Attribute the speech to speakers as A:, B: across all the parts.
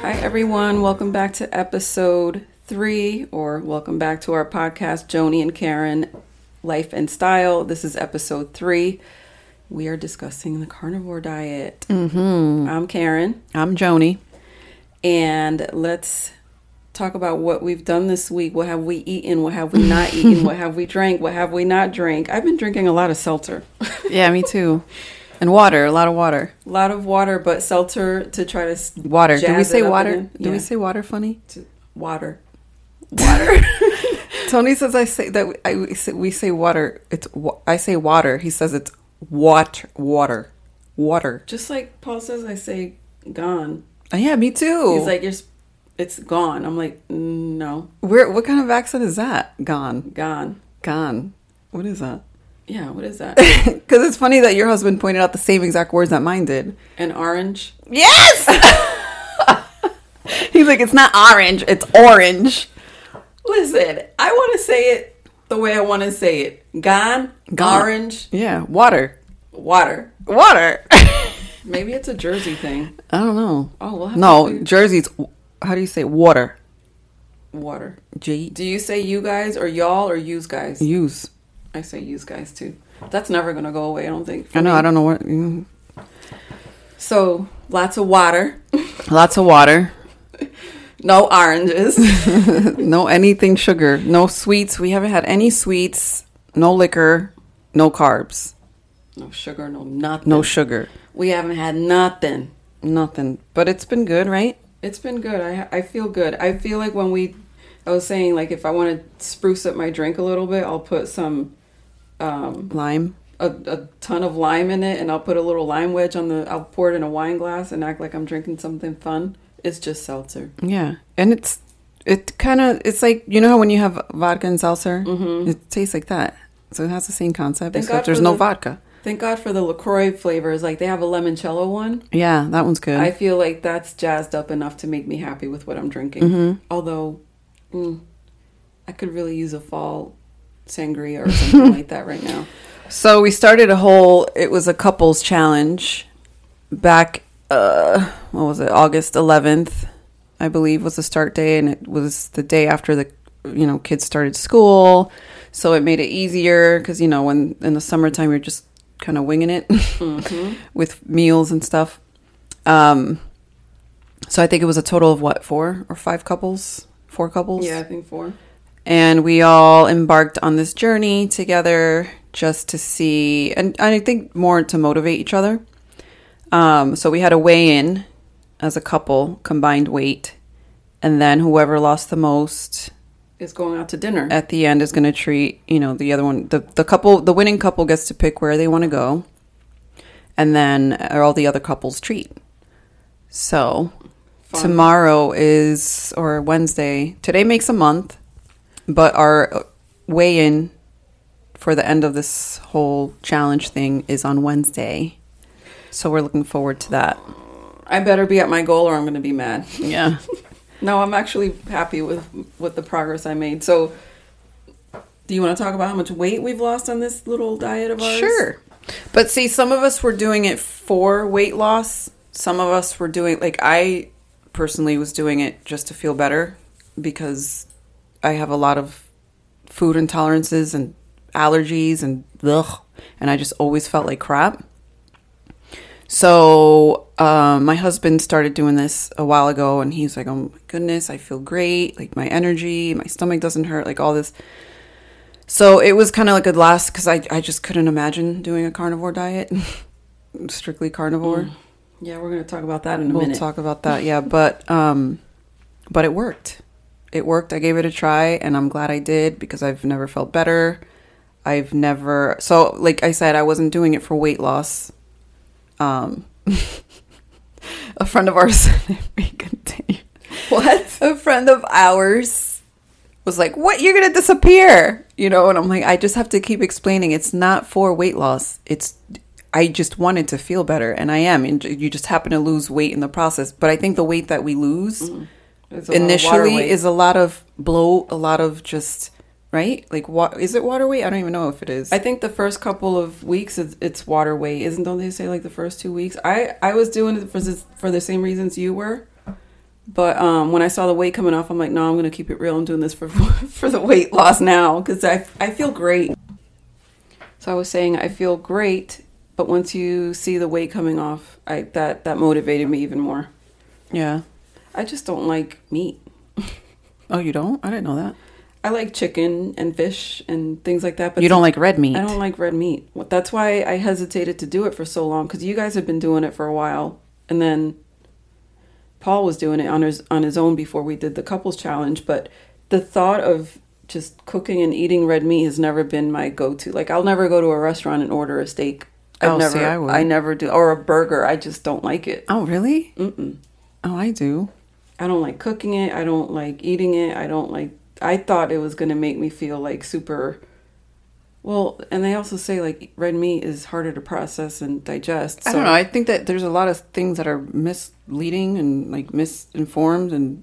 A: Hi, everyone. Welcome back to episode three, or welcome back to our podcast, Joni and Karen Life and Style. This is episode three. We are discussing the carnivore diet. Mm-hmm. I'm Karen,
B: I'm Joni.
A: and let's talk about what we've done this week. What have we eaten? What have we not eaten? what have we drank? What have we not drank? I've been drinking a lot of seltzer.
B: Yeah, me too. And water, a lot of water.
A: A lot of water, but seltzer to try to s-
B: Water. Did we
A: jazz
B: say
A: it up
B: water?
A: again.
B: Did we
A: Yeah.
B: say water funny?
A: water?
B: Tony says I say that I we say, we say water. It's wa- I say water. He says it's water, water, water.
A: Just like Paul says, I say gone.
B: Oh, yeah, me too.
A: He's like, you're, s- it's gone. I'm like, "Mm, no,
B: Where, what kind of accent is that? Gone,
A: gone.
B: gone. What is that?
A: Yeah, what is that?
B: Because it's funny that your husband pointed out the same exact words that mine did.
A: An orange?
B: Yes. He's like, it's not orange. It's orange.
A: Listen, I want to say it the way I want to say it. Gone,
B: Gone.
A: orange,
B: Yeah, water,
A: water.
B: water.
A: Maybe it's a Jersey thing.
B: I don't know.
A: Oh, we'll have
B: no,
A: to figure-
B: Jersey's. How do you say water?
A: Water.
B: J
A: Do you say you guys or y'all or yous guys?
B: use.
A: I say yous guys too. That's never going to go away, I don't think.
B: I know. I don't know what. mm.
A: So, lots of water,
B: Lots of water.
A: no oranges.
B: no anything sugar. No sweets. We haven't had any sweets. No liquor. No carbs.
A: No sugar, no nothing.
B: No sugar.
A: we haven't had nothing.
B: Nothing. But it's been good, right?
A: It's been good. I I feel good. I feel like when we, I was saying like if I want to spruce up my drink a little bit, I'll put some, um,
B: Lime.
A: a, a ton of lime in it, and I'll put a little lime wedge on the. I'll pour it in a wine glass and act like I'm drinking something fun. It's just seltzer.
B: Yeah, and it's it kind of it's like you know how when you have vodka and seltzer, it tastes like that. So it has the same concept,
A: Mm-hmm. Thank God
B: except there's
A: for
B: no
A: the-
B: vodka.
A: Thank God for the Lacroix flavors. Like they have a limoncello one.
B: Yeah, that one's good.
A: I feel like that's jazzed up enough to make me happy with what I'm drinking. Although, mm, I could really use a fall sangria or something like that right now.
B: so we started a whole. It was a couples challenge back. Uh, what was it? August 11th, I believe, was the start day, and it was the day after the you know kids started school. So it made it easier because you know when in the summertime you're just kind of winging it with meals and stuff. Um, so I think it was a total of what four or five couples, four couples.
A: Yeah, I think four.
B: and we all embarked on this journey together just to see and, and i think more to motivate each other um, so we had a weigh in as a couple combined weight and then whoever lost the most
A: Is going out to dinner.
B: at the end is going to treat you know the other one the, the couple the winning couple gets to pick where they want to go and then are all the other couples treat so
A: Fun.
B: tomorrow is or wednesday today makes a month but our weigh-in for the end of this whole challenge thing is on wednesday so we're looking forward to that
A: I better be at my goal or I'm going to be mad.
B: yeah
A: No, I'm actually happy with with the progress I made. So, do you want to talk about how much weight we've lost on this little diet of ours?
B: Sure. But see, some of us were doing it for weight loss. Some of us were doing like I personally was doing it just to feel better because I have a lot of food intolerances and allergies and ugh, and I just always felt like crap. So um, my husband started doing this a while ago, and he's like, "Oh my goodness, I feel great! Like my energy, my stomach doesn't hurt, like all this." So it was kind of like a last because I, I just couldn't imagine doing a carnivore diet, strictly carnivore.
A: Yeah, we're going to talk about that Mm, in a
B: we'll
A: minute.
B: talk about that, yeah. But um, but it worked. It worked. I gave it a try, and I'm glad I did because I've never felt better. I've never so like I said, I wasn't doing it for weight loss. Um, a friend of ours. we continue.
A: What?
B: A friend of ours was like, "What? You're gonna disappear?" You know, and I'm like, I just have to keep explaining. It's not for weight loss. It's I just wanted to feel better, and I am. And you just happen to lose weight in the process. But I think the weight that we lose
A: Mm. It's a lot of water
B: initially
A: weight.
B: is a lot of bloat, a lot of just right. Like, what is it? Water weight? I don't even know if it is.
A: I think the first couple of weeks it's, it's water weight, isn't? Don't they say like the first two weeks? I I was doing it for this, for the same reasons you were, But um, when I saw the weight coming off, I'm like, no, I'm going to keep it real. I'm doing this for for the weight loss now because I I feel great. So I was saying I feel great, but once you see the weight coming off, I that that motivated me even more.
B: Yeah.
A: I just don't like meat.
B: Oh, you don't? I didn't know that.
A: I like chicken and fish and things like that. But
B: You don't like red meat.
A: I don't like red meat. Well, That's why I hesitated to do it for so long because you guys have been doing it for a while, and then Paul was doing it on his on his own before we did the couples challenge. But the thought of just cooking and eating red meat has never been my go to. Like I'll never go to a restaurant and order a steak. I've
B: Oh,
A: never,
B: see, I would.
A: never do, or a burger. I just don't like it.
B: oh, really?
A: Mm-mm.
B: Oh, I do.
A: I don't like cooking it. I don't like eating it. I don't like. I thought it was going to make me feel like super. Well, and they also say like red meat is harder to process and digest. So
B: I don't know. I think that there's a lot of things that are misleading and like misinformed, and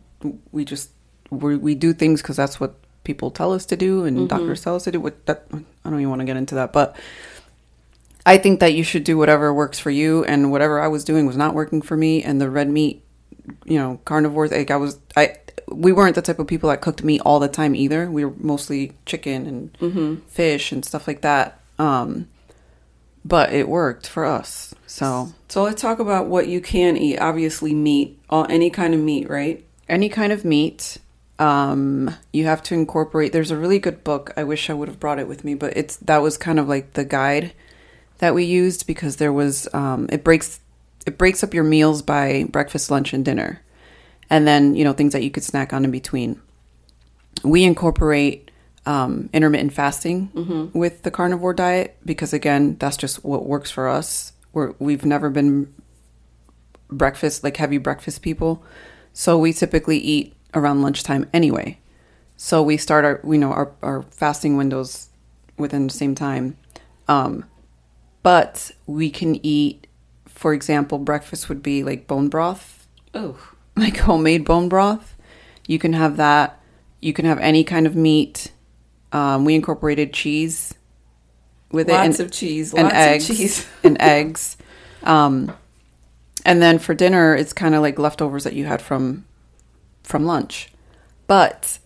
B: we just we we do things because that's what people tell us to do and doctors tell us to do. What that I don't even want to get into that, but I think that you should do whatever works for you, and whatever I was doing was not working for me, and the red meat, you know, carnivores. Like I was, I we weren't the type of people that cooked meat all the time either. We were mostly chicken and fish and stuff like that. Um, but it worked for us. So
A: So let's talk about what you can eat. Obviously, meat, all any kind of meat, right?
B: any kind of meat um you have to incorporate there's a really good book i wish i would have brought it with me but it's that was kind of like the guide that we used because there was um it breaks it breaks up your meals by breakfast lunch and dinner and then you know things that you could snack on in between we incorporate um, intermittent fasting with the carnivore diet because again that's just what works for us We're, we've never been breakfast like heavy breakfast people so we typically eat around lunchtime anyway so we start our you know our, our fasting windows within the same time um, but we can eat for example breakfast would be like bone broth
A: Oh,
B: like homemade bone broth. You can have that. You can have any kind of meat. Um, we incorporated cheese with it.
A: Lots of cheese, lots of cheese.
B: and eggs. Um, and then for dinner, it's kind of like leftovers that you had from from lunch. But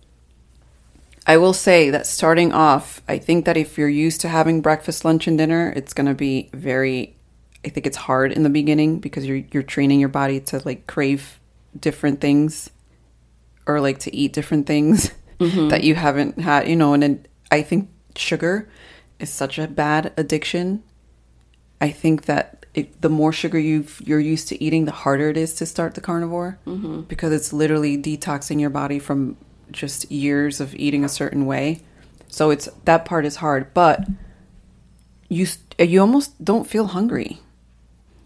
B: I will say that starting off, I think that if you're used to having breakfast, lunch, and dinner, it's going to be very. I think it's hard in the beginning because you're you're training your body to like crave different things, or like to eat different things
A: Mm-hmm.
B: that you haven't had, you know. And then I think sugar is such a bad addiction. I think that it, the more sugar you've, you're used to eating, the harder it is to start the carnivore because it's literally detoxing your body from just years of eating a certain way. So it's that part is hard, but you st- you almost don't feel hungry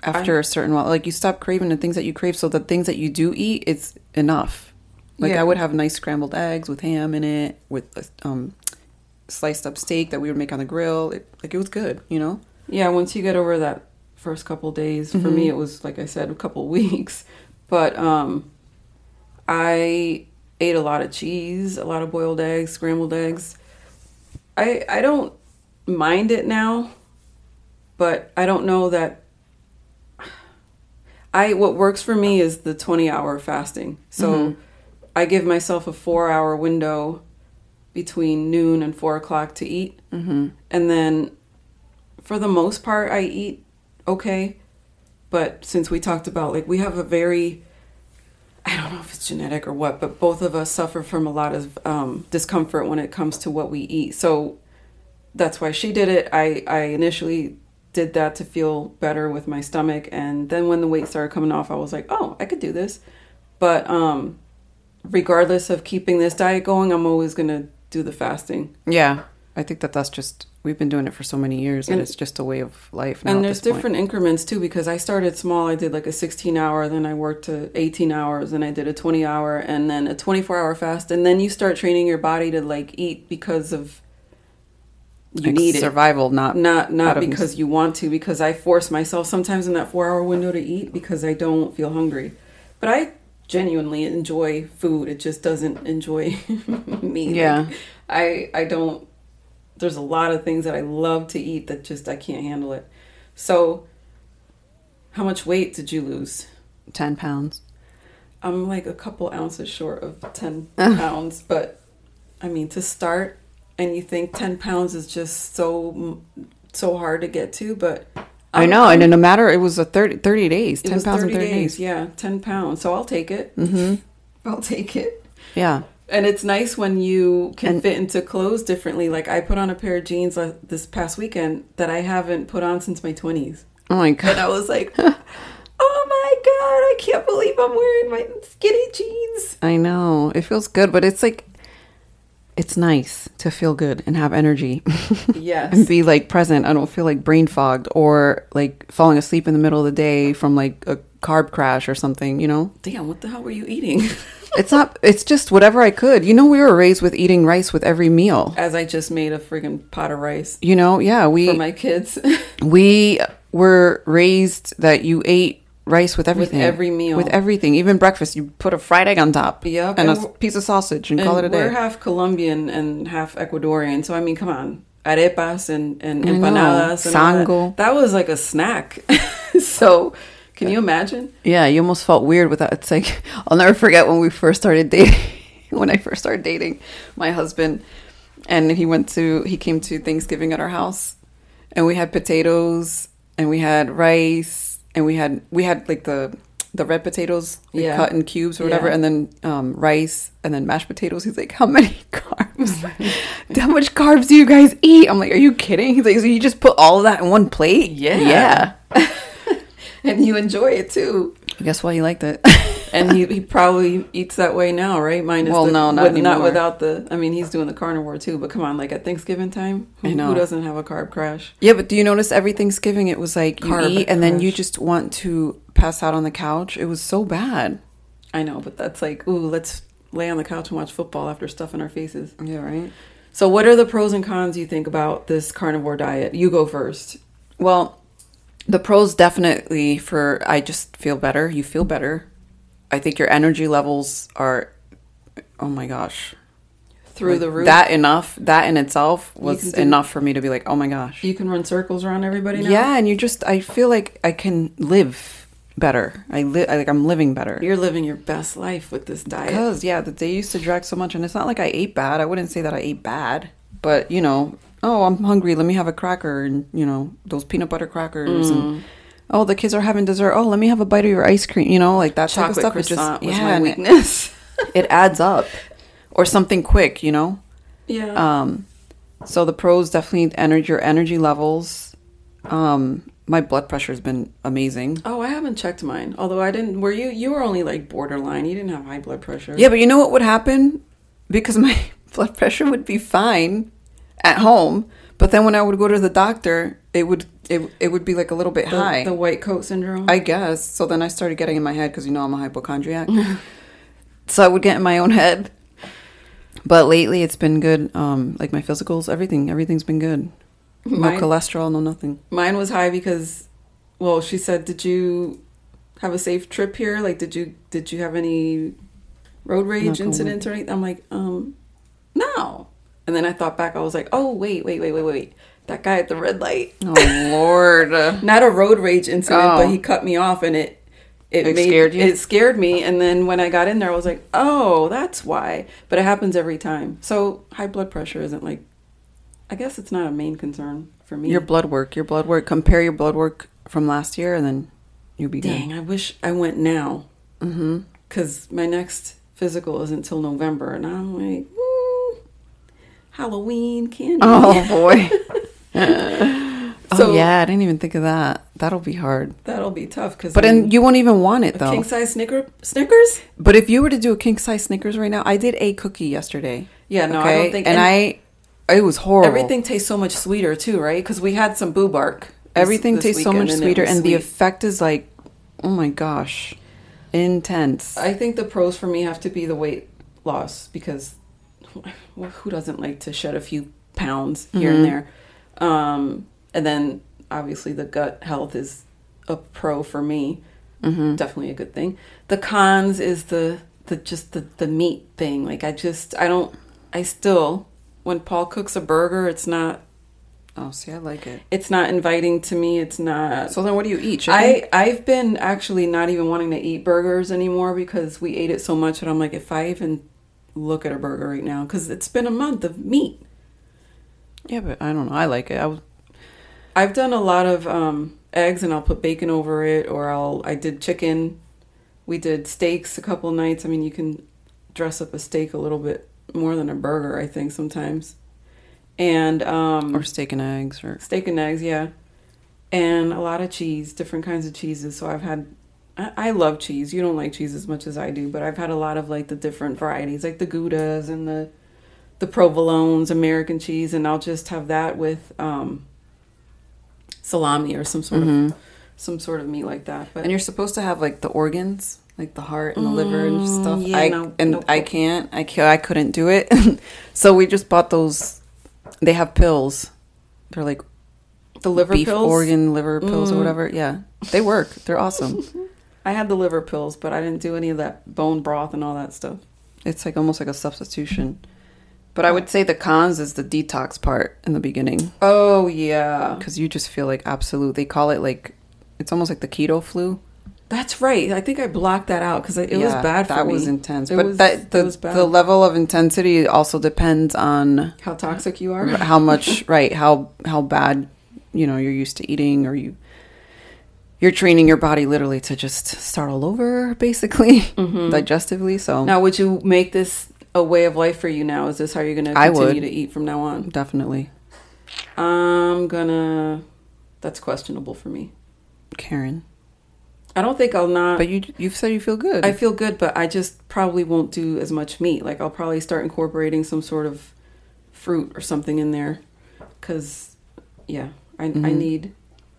B: after a certain while. Like you stop craving the things that you crave. So the things that you do eat, it's enough. Like
A: Yeah.
B: I would have nice scrambled eggs with ham in it, with um, sliced up steak that we would make on the grill. It, like it was good, you know.
A: yeah. Once you get over that first couple days, for me, it was like I said, a couple weeks. But um, I ate a lot of cheese, a lot of boiled eggs, scrambled eggs. I I don't mind it now, but I don't know that I what works for me is the 20 hour fasting. So I give myself a 4 hour window between noon and 4 o'clock to eat. Mm-hmm. And then for the most part I eat okay, but since we talked about like we have a very I don't know if it's genetic or what, but both of us suffer from a lot of um, discomfort when it comes to what we eat. So that's why she did it. I, I initially did that to feel better with my stomach. And then when the weight started coming off, I was like, oh, I could do this. But um, regardless of keeping this diet going, I'm always going to do the fasting.
B: Yeah, I think that that's just we've been doing it for so many years, and,
A: And-
B: it's just a way of life. Now
A: And
B: at
A: there's
B: this point.
A: different increments too because I started small. I did like a 16 hour, then I worked to 18 hours, and I did a 20 hour, and then a 24 hour fast. And then you start training your body to like eat because of you
B: Like,
A: need it.
B: survival, not
A: Not not
B: out of-
A: because you want to, because I force myself sometimes in that four hour window to eat because I don't feel hungry. But I genuinely enjoy food. It just doesn't enjoy me. Like,
B: Yeah.
A: I I don't there's a lot of things that I love to eat that just I can't handle it. So how much weight did you lose?
B: ten pounds.
A: I'm like a couple ounces short of 10 pounds, but I mean, to start and you think 10 pounds is just so, so hard to get to, but
B: I know, and in a matter, it was a 30, 30
A: Um,
B: days,
A: it
B: ten
A: was
B: pounds
A: 30
B: in thirty days.
A: days. Yeah, 10 pounds. So I'll take it. Mm-hmm. I'll take it.
B: Yeah,
A: And it's nice when you can
B: And-
A: fit into clothes differently. Like I put on a pair of jeans uh, this past weekend that I haven't put on since my 20s.
B: oh my god,
A: And I was like, oh my God, I can't believe I'm wearing my skinny jeans.
B: I know it feels good, but it's like it's nice to feel good and have energy
A: Yes.
B: and be like present. I don't feel like brain fogged or like falling asleep in the middle of the day from like a carb crash or something. You know,
A: Damn, what the hell were you eating?
B: it's not. It's just whatever I could. You know, we were raised with eating rice with every meal.
A: As I just made a friggin' pot of rice
B: You know, yeah, we
A: for my kids
B: we were raised that you ate rice with everything
A: every meal.
B: with everything even breakfast you put a fried egg on top
A: Yep,
B: and a
A: and
B: s-
A: we're-
B: piece of sausage and, call it a
A: And We're
B: day
A: half Colombian and half Ecuadorian, so I mean, come on, arepas and and
B: I know.
A: empanadas, and all that.
B: Sango.
A: That. was like a snack. so, can you imagine?
B: yeah you almost felt weird with that it's like i'll never forget when we first started dating when i first started dating my husband and he went to he came to thanksgiving at our house and we had potatoes and we had rice and we had we had like the the red potatoes like,
A: Yeah.
B: cut in cubes or whatever
A: Yeah.
B: and then um, rice and then mashed potatoes. He's like, "How many carbs? How much carbs do you guys eat?" I'm like, "Are you kidding?" He's like, "So you just put all of that in one plate?"
A: Yeah.
B: yeah.
A: And you enjoy it too.
B: Guess why he liked it.
A: And he, he probably eats that way now, right? Minus
B: Well,
A: the-
B: no, not
A: not
B: anymore.
A: without the. I mean, he's doing the carnivore too. But come on, like at Thanksgiving time, who,
B: I know.
A: who doesn't have a carb crash?
B: yeah, but do you notice every Thanksgiving it was like you
A: Carb
B: eat and then
A: crash.
B: you just want to pass out on the couch? It was so bad.
A: I know, but that's like, ooh, let's lay on the couch and watch football after stuffing our faces.
B: Yeah, right.
A: So, what are the pros and cons you think about this carnivore diet? You go first.
B: Well, the pros definitely for I just feel better. You feel better. I think your energy levels are oh my gosh.
A: Through
B: Like,
A: the roof.
B: That enough that in itself
A: can
B: was
A: do-
B: enough for me to be like, "Oh my gosh."
A: you can run circles around everybody now.
B: Yeah, and you just I feel like I can live better. I live like I'm living better.
A: You're living your best life with this diet.
B: Because yeah, that they used to drag so much and it's not like I ate bad. I wouldn't say that I ate bad, but you know, oh, I'm hungry, let me have a cracker and you know, those peanut butter crackers
A: Mm.
B: and oh, the kids are having dessert. Oh, let me have a bite of your ice cream, you know, like that
A: Chocolate
B: type of stuff
A: croissant was
B: yeah,
A: my
B: and it-
A: weakness.
B: It, adds up. Or something quick, you know?
A: yeah.
B: Um so the pros definitely energy your energy levels. Um my blood pressure's been amazing.
A: oh, I haven't checked mine. Although I didn't. Were you? You were only like borderline. You didn't have high blood pressure.
B: Yeah, but you know what would happen? Because my blood pressure would be fine at home, but then when I would go to the doctor, it would it, it would be like a little bit
A: The,
B: high.
A: the white coat syndrome.
B: I guess. So then I started getting in my head because you know I'm a hypochondriac. so I would get in my own head. But lately it's been good. Um, like my physicals, everything, everything's been good. No
A: Mine-
B: cholesterol, no nothing.
A: mine was high because, well, she said, "Did you have a safe trip here? Like, did you did you have any road
B: Knock
A: rage
B: on
A: incidents or anything?" I'm like, um, no. And then I thought back. I was like, oh wait, wait, wait, wait, wait. That guy at the red light.
B: Oh Lord.
A: not a road rage incident,
B: Oh.
A: but he cut me off and it it,
B: It
A: made,
B: scared you?
A: It scared me, and then when I got in there, I was like, "Oh, that's why." But it happens every time. So high blood pressure isn't like, I guess it's not a main concern for me.
B: your blood work, your blood work. Compare your blood work from last year and then you'll be good.
A: Dang, I wish I went now,
B: Mm-hmm.
A: because my next physical isn't till November, and I'm like, "Ooh, Halloween candy.
B: Oh boy.
A: So-
B: oh yeah, I didn't even think of that. That'll be hard.
A: That'll be tough. Because
B: But and you won't even want it though.
A: king size Snicker Snickers.
B: but if you were to do a king size Snickers right now, I did a cookie yesterday.
A: Yeah, no, I don't think
B: And, I, it was horrible.
A: Everything tastes so much sweeter too, right? Because we had some boo bark. this-
B: everything
A: this
B: tastes so
A: weekend
B: much
A: it
B: sweeter,
A: was
B: and the
A: sweet.
B: effect is like, oh my gosh, intense.
A: I think the pros for me have to be the weight loss because wh- who doesn't like to shed a few pounds here and there? Um, and then obviously the gut health is a pro for me. Definitely a good thing. The cons is the the just the the meat thing. Like I just I don't I still when Paul cooks a burger, it's not
B: Oh, see, I like it.
A: It's not inviting to me. It's not.
B: So then, what do you eat? Chicken?
A: I I've been actually not even wanting to eat burgers anymore because we ate it so much that I'm like, if I even look at a burger right now, because it's been a month of meat.
B: yeah, but I don't know. I like it. I was
A: I've done a lot of um, eggs, and I'll put bacon over it, or I'll I did chicken. We did steaks a couple nights. I mean, you can dress up a steak a little bit more than a burger, I think sometimes. And um,
B: or steak and eggs or
A: steak and eggs, yeah, and a lot of cheese, different kinds of cheeses. So I've had, I, I love cheese. You don't like cheese as much as I do, but I've had a lot of like the different varieties, like the Goudas and the the provolones, American cheese, and I'll just have that with um, salami or some sort of some sort of meat like that. But
B: And you're supposed to have like the organs, like the heart and the liver and stuff.
A: Mm, yeah,
B: I
A: no-
B: and
A: nope.
B: I can't. I ca- I couldn't do it. so we just bought those. They have pills. They're like
A: the liver
B: beef
A: pills, Mm.
B: organ liver pills or whatever. Yeah, they work. They're awesome.
A: I had the liver pills, but I didn't do any of that bone broth and all that stuff.
B: it's like almost like a substitution. But I would say the cons is the detox part in the beginning
A: Oh yeah,
B: because you just feel like absolute. They call it like it's almost like the keto flu.
A: that's right. I think I blocked that out because it was
B: Yeah,
A: bad for
B: that
A: me.
B: was intense.
A: It
B: but
A: was- it
B: that the,
A: was bad.
B: the level of intensity also depends on
A: How toxic you
B: r-
A: are.
B: how much right how how bad you know you're used to eating or you you're training your body literally to just start all over basically
A: Mm-hmm.
B: digestively so
A: Now, would you make this a way of life for you now? Is this how you're going to
B: I
A: continue
B: would.
A: to eat from now on?
B: definitely
A: I'm going to. That's questionable for me.
B: karen
A: I don't think I'll not.
B: but you you've said you feel good
A: I feel good, but I just probably won't do as much meat. Like, I'll probably start incorporating some sort of fruit or something in there. Because, yeah, I,
B: Mm-hmm.
A: I need.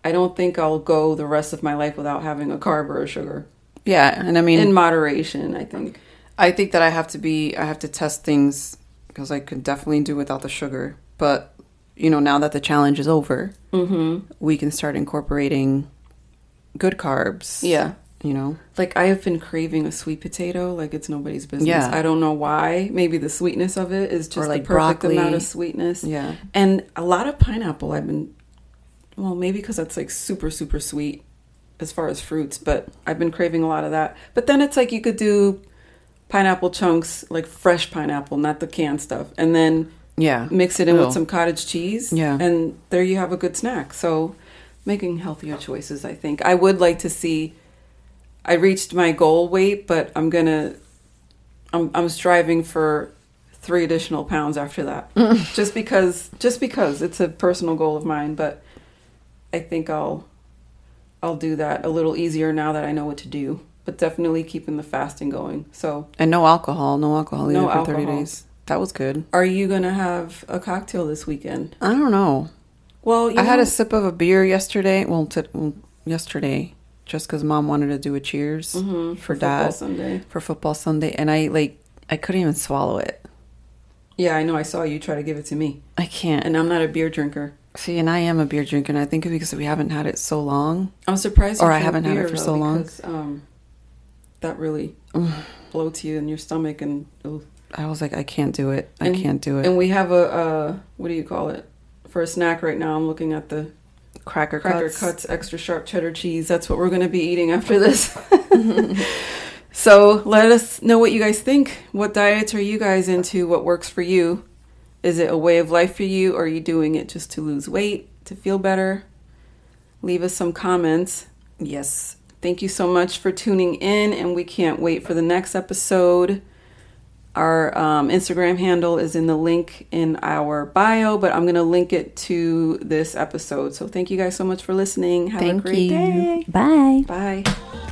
A: I don't think I'll go the rest of my life without having a carb or a sugar.
B: yeah and i mean
A: In moderation, I think.
B: I think that I have to be I have to test things because I could definitely do without the sugar. But you know, now that the challenge is over, mm-hmm. we can start incorporating good carbs.
A: Yeah.
B: you know,
A: Like I have been craving a sweet potato, like it's nobody's business.
B: Yeah.
A: I don't know why. Maybe the sweetness of it is just
B: like
A: the perfect
B: broccoli.
A: amount of sweetness.
B: Yeah.
A: and a lot of pineapple. I've been, well, maybe because that's like super super sweet as far as fruits, but I've been craving a lot of that. But then it's like you could do pineapple chunks, like fresh pineapple, not the canned stuff, and then
B: yeah,
A: mix it in
B: Oh.
A: with some cottage cheese.
B: Yeah.
A: And there you have a good snack. So making healthier choices, I think. I would like to see I reached my goal weight, but I'm going to I'm I'm striving for 3 additional pounds after that. just because just because it's a personal goal of mine, but I think I'll I'll do that a little easier now that I know what to do, but definitely keeping the fasting going. So,
B: and no alcohol, no alcohol either
A: No
B: for thirty
A: alcohol.
B: days. That was good.
A: are you going to have a cocktail this weekend?
B: I don't know.
A: Well, you
B: I had
A: know-
B: a sip of a beer yesterday. Well, t- well, yesterday, just because mom wanted to do a cheers for
A: Mm-hmm. football
B: dad
A: Sunday.
B: for football Sunday, and I like I couldn't even swallow it.
A: Yeah, I know. I saw you try to give it to me,
B: I can't.
A: and I'm not a beer drinker.
B: See, and I am a beer drinker, and I think because we haven't had it so long.
A: I'm surprised. you
B: Or I
A: drink
B: haven't had it
A: beer,
B: for
A: though,
B: so long.
A: Because, um, that really bloats you in your stomach, and ugh.
B: I was like, I can't do it. I
A: And-
B: can't do it.
A: and we have a uh, what do you call it for a snack right now? I'm looking at the
B: cracker,
A: cracker
B: cuts.
A: cuts. extra sharp cheddar cheese. That's what we're going to be eating after this. so let us know what you guys think. What diets are you guys into? What works for you? Is it a way of life for you? Or are you doing it just to lose weight, to feel better? Leave us some comments.
B: Yes.
A: Thank you so much for tuning in, and we can't wait for the next episode. Our um, Instagram handle is in the link in our bio, but I'm going to link it to this episode. So thank you guys so much for listening. Have a
B: Thank
A: great
B: you.
A: day.
C: Bye.
A: Bye.